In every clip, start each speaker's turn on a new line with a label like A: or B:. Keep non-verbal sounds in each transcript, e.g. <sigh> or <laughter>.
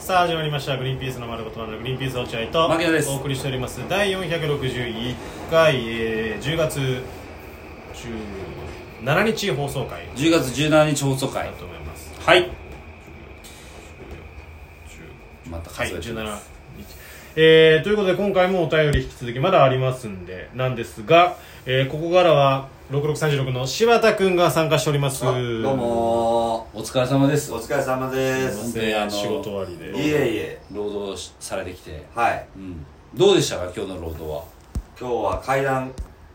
A: さあ始まりました「グリーンピースの丸ごと丸のグリーンピース落合」と
B: 牧野です
A: お送りしております第461回、えー、10月17日放送回
B: 10月17日放送
A: だ
B: 回
A: と思います、
B: はいまた
A: はい、
B: 数えて
A: 17
B: ま
A: 日
B: す、。
A: えー、ということで今回もお便り引き続きまだありますんでなんですが、えーここからは6636の柴田君が参加しております
C: あどうも
B: お疲れ様です
C: ーお疲れ様ですす
B: いま
A: で
B: あの
A: 仕事終わり
C: い
A: で
C: えいえ
B: 労働しされてきて、
C: はい
B: うん、どうでしたか今日の労働は
C: 今日は階段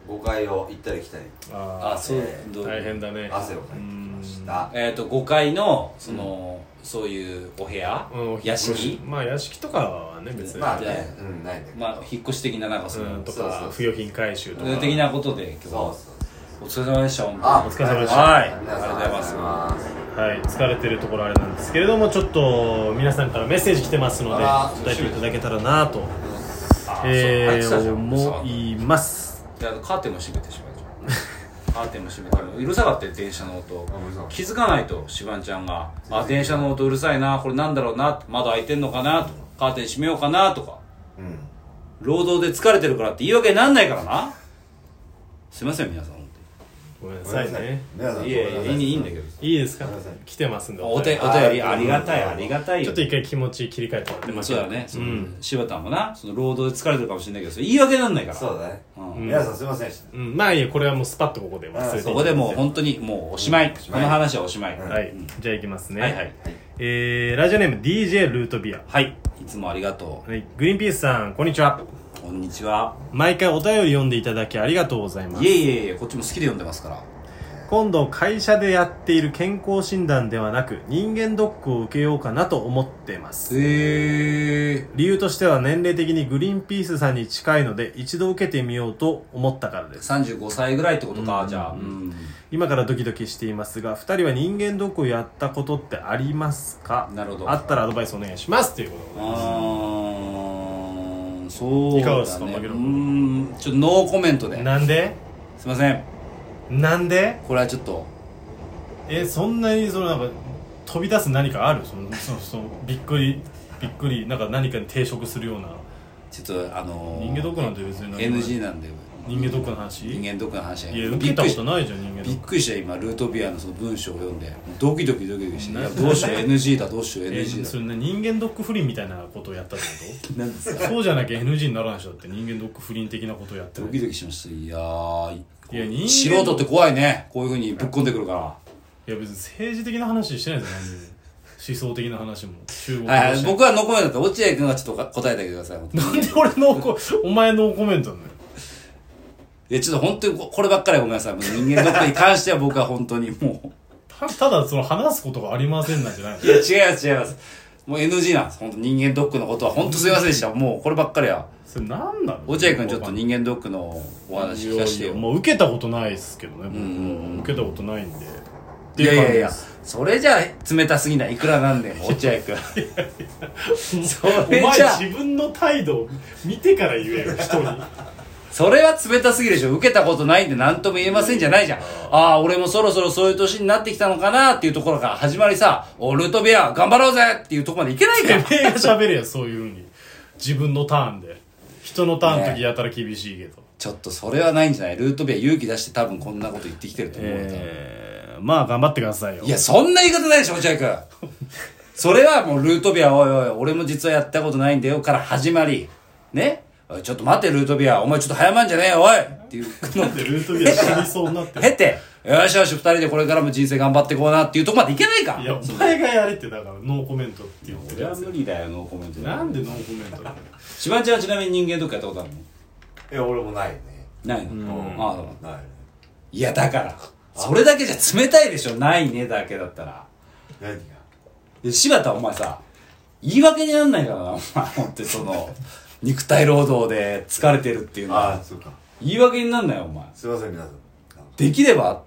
C: 5階を行ったり来たり
A: あ
C: そう
A: あ大変だね
C: 汗をかいてきました
B: えっ、と5階のその、そういうお部屋、
A: うん
B: 屋敷
A: まあ屋敷とかはね別に、
C: まあねうんないんだけど、
B: まあ引っ越し的ななんかその、
A: うんと
C: そうそう
A: か
C: そう
A: 不用品回収と
B: そうい
A: か
B: う的なことで今日
C: そう
B: は
C: そう
B: お疲れ様でした本当に
C: あ
A: お疲れ様でした
B: はいありが
C: 皆さん
B: とうございます
C: ありがとうございま
A: はい疲れてるところあれなんですけれどもちょっと皆さんからメッセージ来てますので
C: あら
A: お答えていただけたらなと、
B: あそうあ
A: え
B: ってたじ
A: ー、
B: ゃん
A: 思います
B: であとカーテンも閉めてしまう
C: <laughs>
B: じゃんカーテンも閉めてうるさかったよ電車の音
C: うるさかった
B: 気づかないとシバンちゃんが「あ電車の音うるさいなこれなんだろうな窓開いてんのかな」とか「カーテン閉めようかな」とか
C: うん
B: 労働で疲れてるからって言い訳になんないからなすいません皆さん本
A: ごめんなさいね
C: 皆さ
B: 当
C: ん
B: にいやいやいいいいんだけど
A: いいですか
C: ごめんなさい
A: 来てますんで
B: お手
A: 便
B: お便りありがたいありがたい
A: りち
B: よ
A: ょっと一回気持ち切り替えてもらって
B: でも
A: ます
B: そうだね、そうの
A: ん
B: 柴田もなその労働で疲れてるかもしれないけどそれ言い訳になんないから
C: そうだね、
B: うん
C: 皆さんすいませんでした
A: うん、まあいいよこれはもうスパッとここで忘れていただいて
B: そこでもう本当にもうおしまい、
C: し
B: こ
C: まい
B: の話はおしまい、
C: うん
A: はいじゃあいきますね
B: はいはい
A: えー、ラジオネーム DJ ルートビア
B: はいいつもありがと
A: はいグリーンピースさんこんにちは
B: うこんにちは
A: 毎回お便り読んでいただきありがとうございます
B: いえいえいえこっちも好きで読んでますから
A: 今度会社でやっている健康診断ではなく人間ドックを受けようかなと思ってます
B: へえ
A: 理由としては年齢的にグリーンピースさんに近いので一度受けてみようと思ったからです
B: 35歳ぐらいってことかじゃあうん
A: 今からドキドキしていますが2人は人間ドックをやったことってありますか
B: なるほど
A: あったらアドバイスお願いしますというこ
B: あ
A: とで
B: ーそう
A: いかがです
B: だ
A: か
B: ね
A: 槙野
B: う
A: 君
B: んちょっとノーコメントです
A: なんです
B: いません
A: なんで
B: これはちょっと
A: えそんなにそのなんか飛び出す何かあるそのそのそのびっくりびっくりなんか何かに抵触するような
B: ちょっとあのー
A: 人間ドックなんて別に何もない
B: NG なんで
A: 人間ドックの話
B: 人間ドックの話
A: いや受
B: び
A: け
B: ったく
A: こ
B: り
A: とないじゃん人間ド
B: び
A: ッ
B: っ
A: ク
B: くりしたよ今ルートビアのその文章を読んでドキドキドキドキしてい
A: な
B: やどうしよう NG だどうしよう
A: え
B: NG
A: そ
B: だ
A: れね人間ドック不倫みたいなことをやったってこ
B: なんです
A: とそうじゃなきゃ NG にならない人だって人間ドック不倫的なことをやって
B: ド
A: る
B: キドキしましたいやー
A: いや人間
B: 素人って怖いねこういうふうにぶっこんでくるから
A: いや別に政治的な話してないじゃん何も思想的な話も中国
B: はいはい、
A: も
B: 僕はノーコメントだった落合君がちょっと答えてあげてください。
A: なんで俺のこお前のコメントなのよ
B: いや、ちょっと本当にここればっかりはごめんなさい。もう人間ドックに関しては僕は本当にも
A: たただその話すことがありませんなんじゃないの
B: う。いや、違います、違います。もう NG なんです。本当人間ドックのことは本当すいませんでした。もうこればっかりは。
A: それ何なの
B: 落合君ちょっと人間ドックのお話聞かせてよ。
A: もう受けたことないですけどね僕
B: ん
A: も受けたことないんで
B: いやいやいや
A: ってう感じです、
B: それじゃ冷たすぎない。いくらなんでも、落合君。そ
A: お
B: れ
A: 前
B: じゃ、
A: 自分の態度を見てから言
B: <laughs>
A: えよ人に
B: それは冷たすぎるでしょ。受けたことないんで何とも言えませんじゃないじゃん。ああ、俺もそろそろそういう年になってきたのかなっていうところから始まりさ、おルートビア、頑張ろうぜっていうところまでいけないか
A: て
B: ら。
A: めえが喋れよそういうふうに自分のターンで人のターンの時
B: ね
A: やたら厳しいけど、
B: ちょっとそれはないんじゃないルートビア勇気出して多分こんなこと言ってきてると思うよ、
A: えー、まあ頑張ってくださいよ
B: いや、そんな言い方ないでしょ、落合君。それはもうルートビア、おいおい、俺も実はやったことないんだよから始まり、ねおいちょっと待って、ルートビア、お前ちょっと早まんじゃねえよ、おいっていうの
A: なんでルートビア死にそうになってる
B: 経て、よしよし、二人でこれからも人生頑張ってこうなっていうとこまでいけないか
A: いやお前がやれってだからノーコメントって言ってるやつ
B: 理だよ、ノーコメント
A: なんでノーコメントな
B: <laughs>
A: の
B: しばちゃんはちなみに人間どっかやったことあるの
C: いや俺もないね
B: ないの、ああそう
C: ないね
B: いや、だから、それだけじゃ冷たいでしょ、ないねだけだったら。
C: 何が
B: で柴田お前さ言い訳になんないからなお前ほんとにその肉体労働で疲れてるっていうの
C: あ
B: は
C: あそうか
B: 言い訳になんないよお前
C: すいません皆さん
B: できれば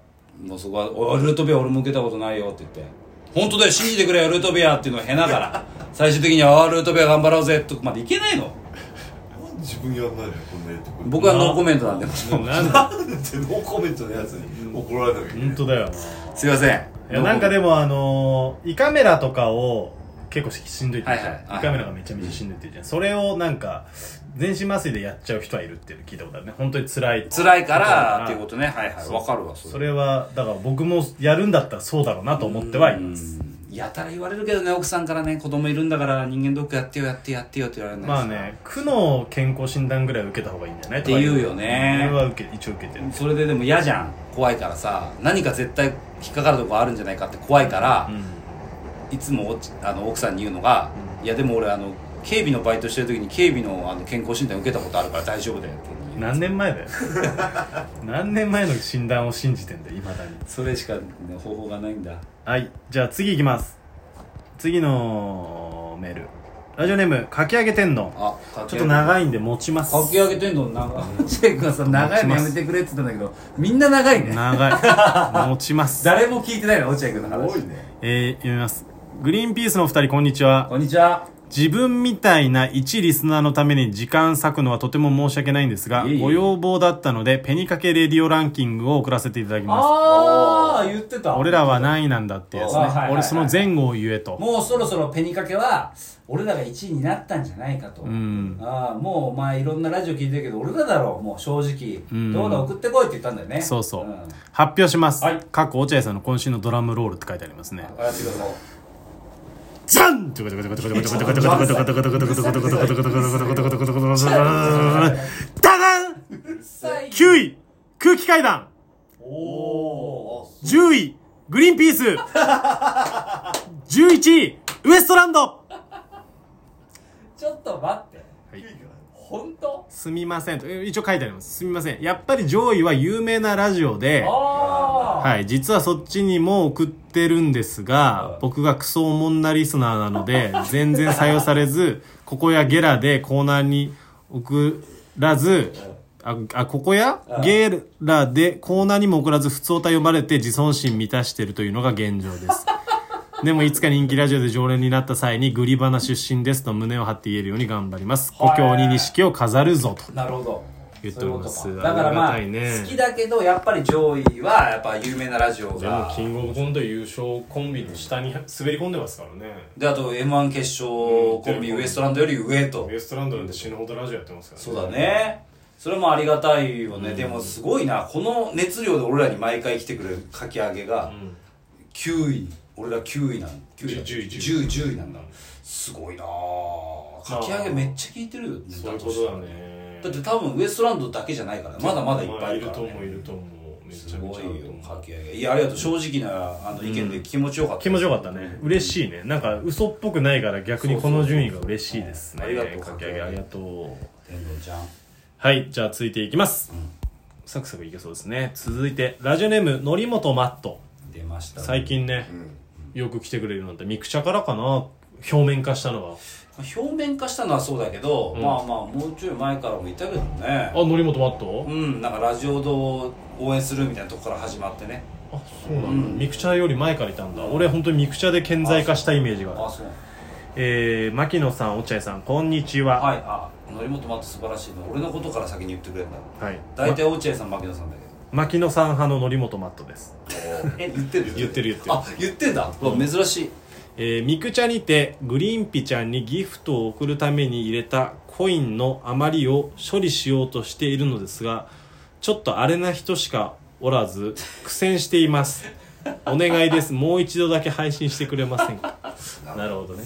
B: もうそこはおい「ルートビア俺も受けたことないよ」って言って「本当だよ信じてくれよルートビア」っていうのはへなから
A: <laughs>
B: 最終的には「あールートビア頑張ろうぜ」とかまでいけないの
C: なんで自分やんないのよこんなやってくる
B: 僕はノーコメントなんです
A: なんだ
C: なんでノーコメントのやつに怒られなきゃいけない
A: 本当だよ
B: いません
A: ないやなんかで
B: も
A: もあのー胃カメラとかを結構しんどいって言うじゃん、
B: はいはいはい
A: 1回目なんかめちゃめちゃしんどいって言うじゃん、それをなんか全身麻酔でやっちゃう人はいるっていうの聞いたことあるね本当に辛い
B: 辛いからっていうことね。はいはい。わかるわ、
A: それはだから僕もやるんだったらそうだろうなと思ってはいます
B: うんやたら言われるけどね奥さんからね子供いるんだから人間ドックやってよやってよやってよって言われるんだけど
A: まあね区の健康診断ぐらい受けた方がいいんじゃない
B: って言うよね
A: 俺は受け一応受けてる
B: それででも嫌じゃん怖いからさ何か絶対引っかかるとこあるんじゃないかって怖いから、いつもおちあの奥さんに言うのが、いやでも俺あの警備のバイトしてる時に警備のあの健康診断受けたことあるから大丈夫だよって
A: うん何年前だ
B: <laughs>
A: よ何年前の診断を信じてんだよいまだに
B: それしか、ね、方法がないんだ
A: はいじゃあ次いきます次のメールラジオネームかき揚げ天丼
B: あか
A: ちょっと長
B: い
A: いんで持ちます
B: かき揚げ天丼 <laughs> 長いチェイ君はさ長いのやめてくれって言ったんだけどみんな長いね
A: 長い <laughs> 持ちます
B: 誰も聞いてないの落合君の話
C: 多いね
A: えー、読みますグリーンピースのお二人こんにちは
B: こんにちは
A: 自分みたいな一リスナーのために時間割くのはとても申し訳ないんですが
B: いえいえ
A: ご要望だったのでペニカケレディオランキングを送らせていただきます
B: ああ言ってた
A: 俺らは何位なんだってやつね、
B: あはいはいはい
A: 俺その前後を言えと
B: もうそろそろペニカケは俺らが1位になったんじゃないかと、
A: ん
B: ああもうお前いろんなラジオ聞いてるけど俺らだろうもう正直、
A: ん
B: どうだ送ってこいって言ったんだよね
A: そうそう、
B: ん
A: 発表します、
B: はい
A: かっこ落合さんの今週のドラムロールって書いてありますね
B: あやってください
A: ジャンダダン
B: さい
A: !9 位、空気階段
B: おー
A: !10 位、グリーンピース !11 位、ウエストランド
B: ちょっと待って
A: はい
B: 本当
A: すみませんと。え一応書いてあります。すみません。やっぱり上位は有名なラジオで、
B: ああ、
A: はい、実はそっちにも送ってるんですが、僕がクソおもんなリスナーなので、 <laughs> 全然採用されず、ここやゲラでコーナーに送らず、あ、あここやゲラでコーナーにも送らず、普通歌呼ばれて自尊心満たしてるというのが現状 <laughs> です。でもいつか人気ラジオで常連になった際にグリバナ出身ですと胸を張って言えるように頑張ります。故郷に錦を飾るぞと。
B: なるほど
A: 言っております
B: そういうことかだからまあ
A: ありがたいね
B: 好きだけどやっぱり上位はやっぱ有名なラジオ
A: でも
B: が
A: キングオブコント優勝コンビの下に滑り込んでますからね。
B: であと m 1決勝コンビウエストランドより上と
A: ウエストランドなんて死ぬほどラジオやってますから
B: そうだねそれもありがたいよね、でもすごいなこの熱量で俺らに毎回来てくれるかき揚げが9位、俺ら9位なん9位だ
A: 10
B: 10 10位なんだすごいなあかき揚げめっちゃ聞いてるよね
A: そういうこ
B: だ
A: とと
B: し
A: だね
B: だって多分ウエストランドだけじゃないからまだまだいっぱいい
A: い
B: る
A: る
B: から、
A: と
B: ね
A: 思ういると思うめち
B: す
A: ゃめ
B: ご
A: ちゃ
B: い
A: あると
B: よ
A: 思う
B: かき揚げいやありがとう正直なあの意見で気持ちよかった、
A: 気持ちよかったね嬉しいねなんか嘘っぽくないから逆にこの順位が嬉しいですね
B: そうそうそうありがとう
A: かき揚げありがとう
B: 天童ちゃん
A: はいじゃあ続いていきますサクサクいけそうですね続いてラジオネーム則本マット
B: 出ました
A: 最近ねよく来てくれるようになったミクチャからかな表面化したのは
B: 表面化したのはそうだけど、
A: うん
B: まあまあもうちょい前からも言ったけどね
A: あ則本マット
B: うん、なんかラジオ堂を応援するみたいなとこから始まってね
A: あそうなんだ
B: うん
A: ミクチャより前からいたんだ俺本当にミクチャで顕在化したイメージがある
B: あそう
A: えー、牧野さん、落合さん、こんにちは。
B: はいあ則本マット素晴らしいの俺のことから先に言ってくれるんだ
A: はい。
B: 大体落合さん牧野さんだ
A: ま牧野さん派の則本マットです。
B: けどえ言ってる
A: 言ってる言ってる
B: あ言ってんだうわ珍しい
A: えー、ミクチャにて、グリーンピちゃんにギフトを送るために入れたコインの余りを処理しようとしているのですが、ちょっとアレな人しかおらず、苦戦しています。お願いです。もう一度だけ配信してくれませんかなるほどね。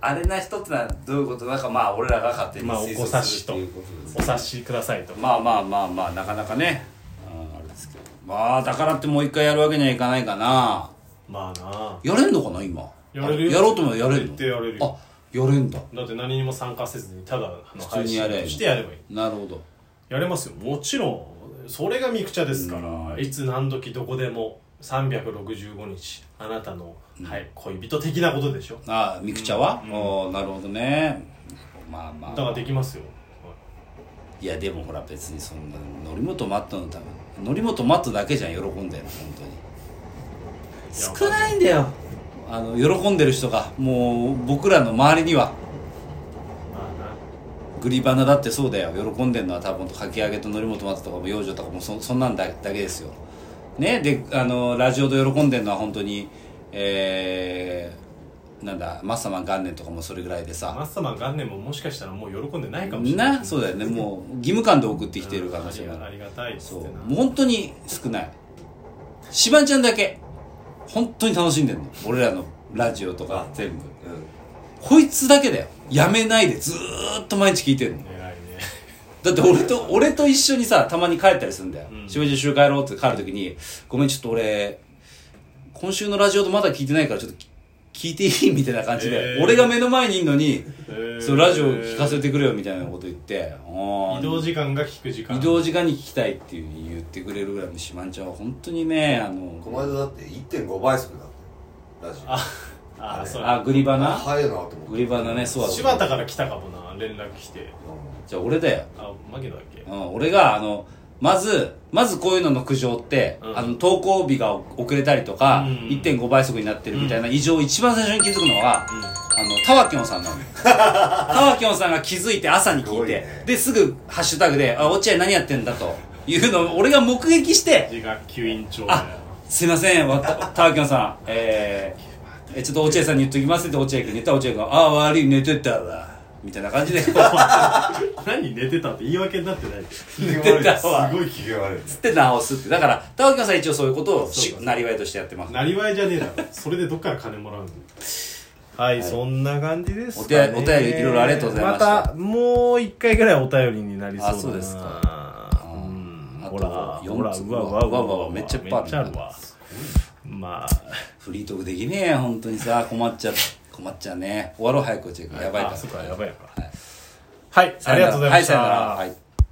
B: あれな人ってのはどういうことなんかまあ俺らが勝手に
A: まあ
B: 推
A: お
B: 測
A: 察し
B: する
A: と
B: っていうことです
A: お察しくださいと。
B: まあまあまあまあなかなかね、うん、あれですけどまあだからってもう一回やるわけにはいかないかな
A: まあなあ
B: やれんのかな今
A: やれるよ
B: あやろうと思えばやれるの
A: 絶対やれるよ
B: あやれんだ
A: だって何にも参加せずに、ただの
B: 普通
A: 配
B: に
A: 信
B: やれ
A: してやればいい。
B: なるほど
A: やれますよもちろんそれがミクチャですから、いつ何時どこでも365日あなたの、はい、恋人的なことでしょ
B: ああミクチャは、おーなるほどねまあま
A: だか
B: あ
A: らできますよ、
B: いやでもほら別にそんな則本マットのため則本マットだけじゃん喜んでるの本当に少ないんだよあの喜んでる人がもう僕らの周りには
A: まあな
B: グリバナだってそうだよ喜んでるのは多分かき揚げと則本マットとかも養女とかもそそんなんだだけですよねであのラジオで喜んでるのは本当にえーなんだマッサマン元年とかもそれぐらいで
A: マ
B: さ
A: ッサマン元年ももしかしたらもう喜んでないかもしれない
B: なそうだよねもう義務感で送ってきてるか
A: あ
B: もし
A: り
B: れ
A: があ
B: ない
A: りがたいっつ
B: そう
A: ってな
B: もう本当に少ないしばんちゃんだけ本当に楽しんでんの俺らのラジオとか全部
C: うん
B: こいつだけだよやめないでずーっと毎日聞いてんの
A: 偉いね
B: だって俺と、俺と一緒にさ、たまに帰ったりするんだよ。
A: うん
B: しばじ週帰ろうって帰るときに、ごめん、ちょっと俺、今週のラジオでまだ聞いてないから、ちょっと聞いていいみたいな感じで、
A: えー
B: 俺が目の前にいるのに、そ、
A: そう
B: ラジオ聞かせてくれよみたいなこと言って、あー
A: 移動時間が聞く時間
B: 移動時間に聞きたいっていう言ってくれるぐらいのしまんちゃんは、本当にね、あ
C: この
B: の、
C: 間だって1.5倍速だったよラジオ
A: あああそう
B: あ、グリバナ
C: 早いなと思って
B: グリバナね、そうだ
A: 柴田から来たかもな連絡来て
B: じゃあ俺だよ。
A: あマギだっけ
B: うん、俺があのまずまずこういうのの苦情って、
A: うん
B: あの投稿日が遅れたりとか、
A: うん
B: 1.5倍速になってるみたいな異常を一番最初に気づくのは、あのタワキョンさん
A: <laughs>
B: なのタワキョンさんが気づいて朝に
C: す
B: 聞い
C: ごい
B: て、
C: ね
B: ですぐハッシュタグで「あ落合何やってんだ」というのを俺が目撃して
A: 自学級委員長だよ
B: あすいませんわたタワキョンさんえー、えちょっと落合さんに言っときますって落合君に言ったら落合君が「ああ悪い寝てたわ」みたいな感じでこう <laughs>
A: 何寝てたって言い訳になってない
C: 言
B: てたわ
C: すごい機嫌悪い
B: つって直すってだから田脇さん一応そういうことを
A: そう
B: し
A: そう
B: なりわいとしてやってます
A: なりわいじゃねえだろそれでどっから金もらうんだよはい、そんな感じですか、ね、
B: お便お便りいろいろありがとうございました
A: たもう一回ぐらいお便りになりそうだな
B: あそうです
A: かうん
B: あと
A: ほら
B: 四つ
A: ほらうわうわうわ
B: うわうわめっちゃいっぱいある
A: めっちゃあるわまあ
B: フリートークできねえよ本当にさ困っちゃ困っちゃうね終わろう早く落合君やばいか
A: あ
B: ら
A: そっかやばいかはい、あ
B: さ
A: り
B: よ
A: が
B: な
A: とうござ
B: ら
A: いま
B: はい
A: し
B: さ
A: た、
B: よならはい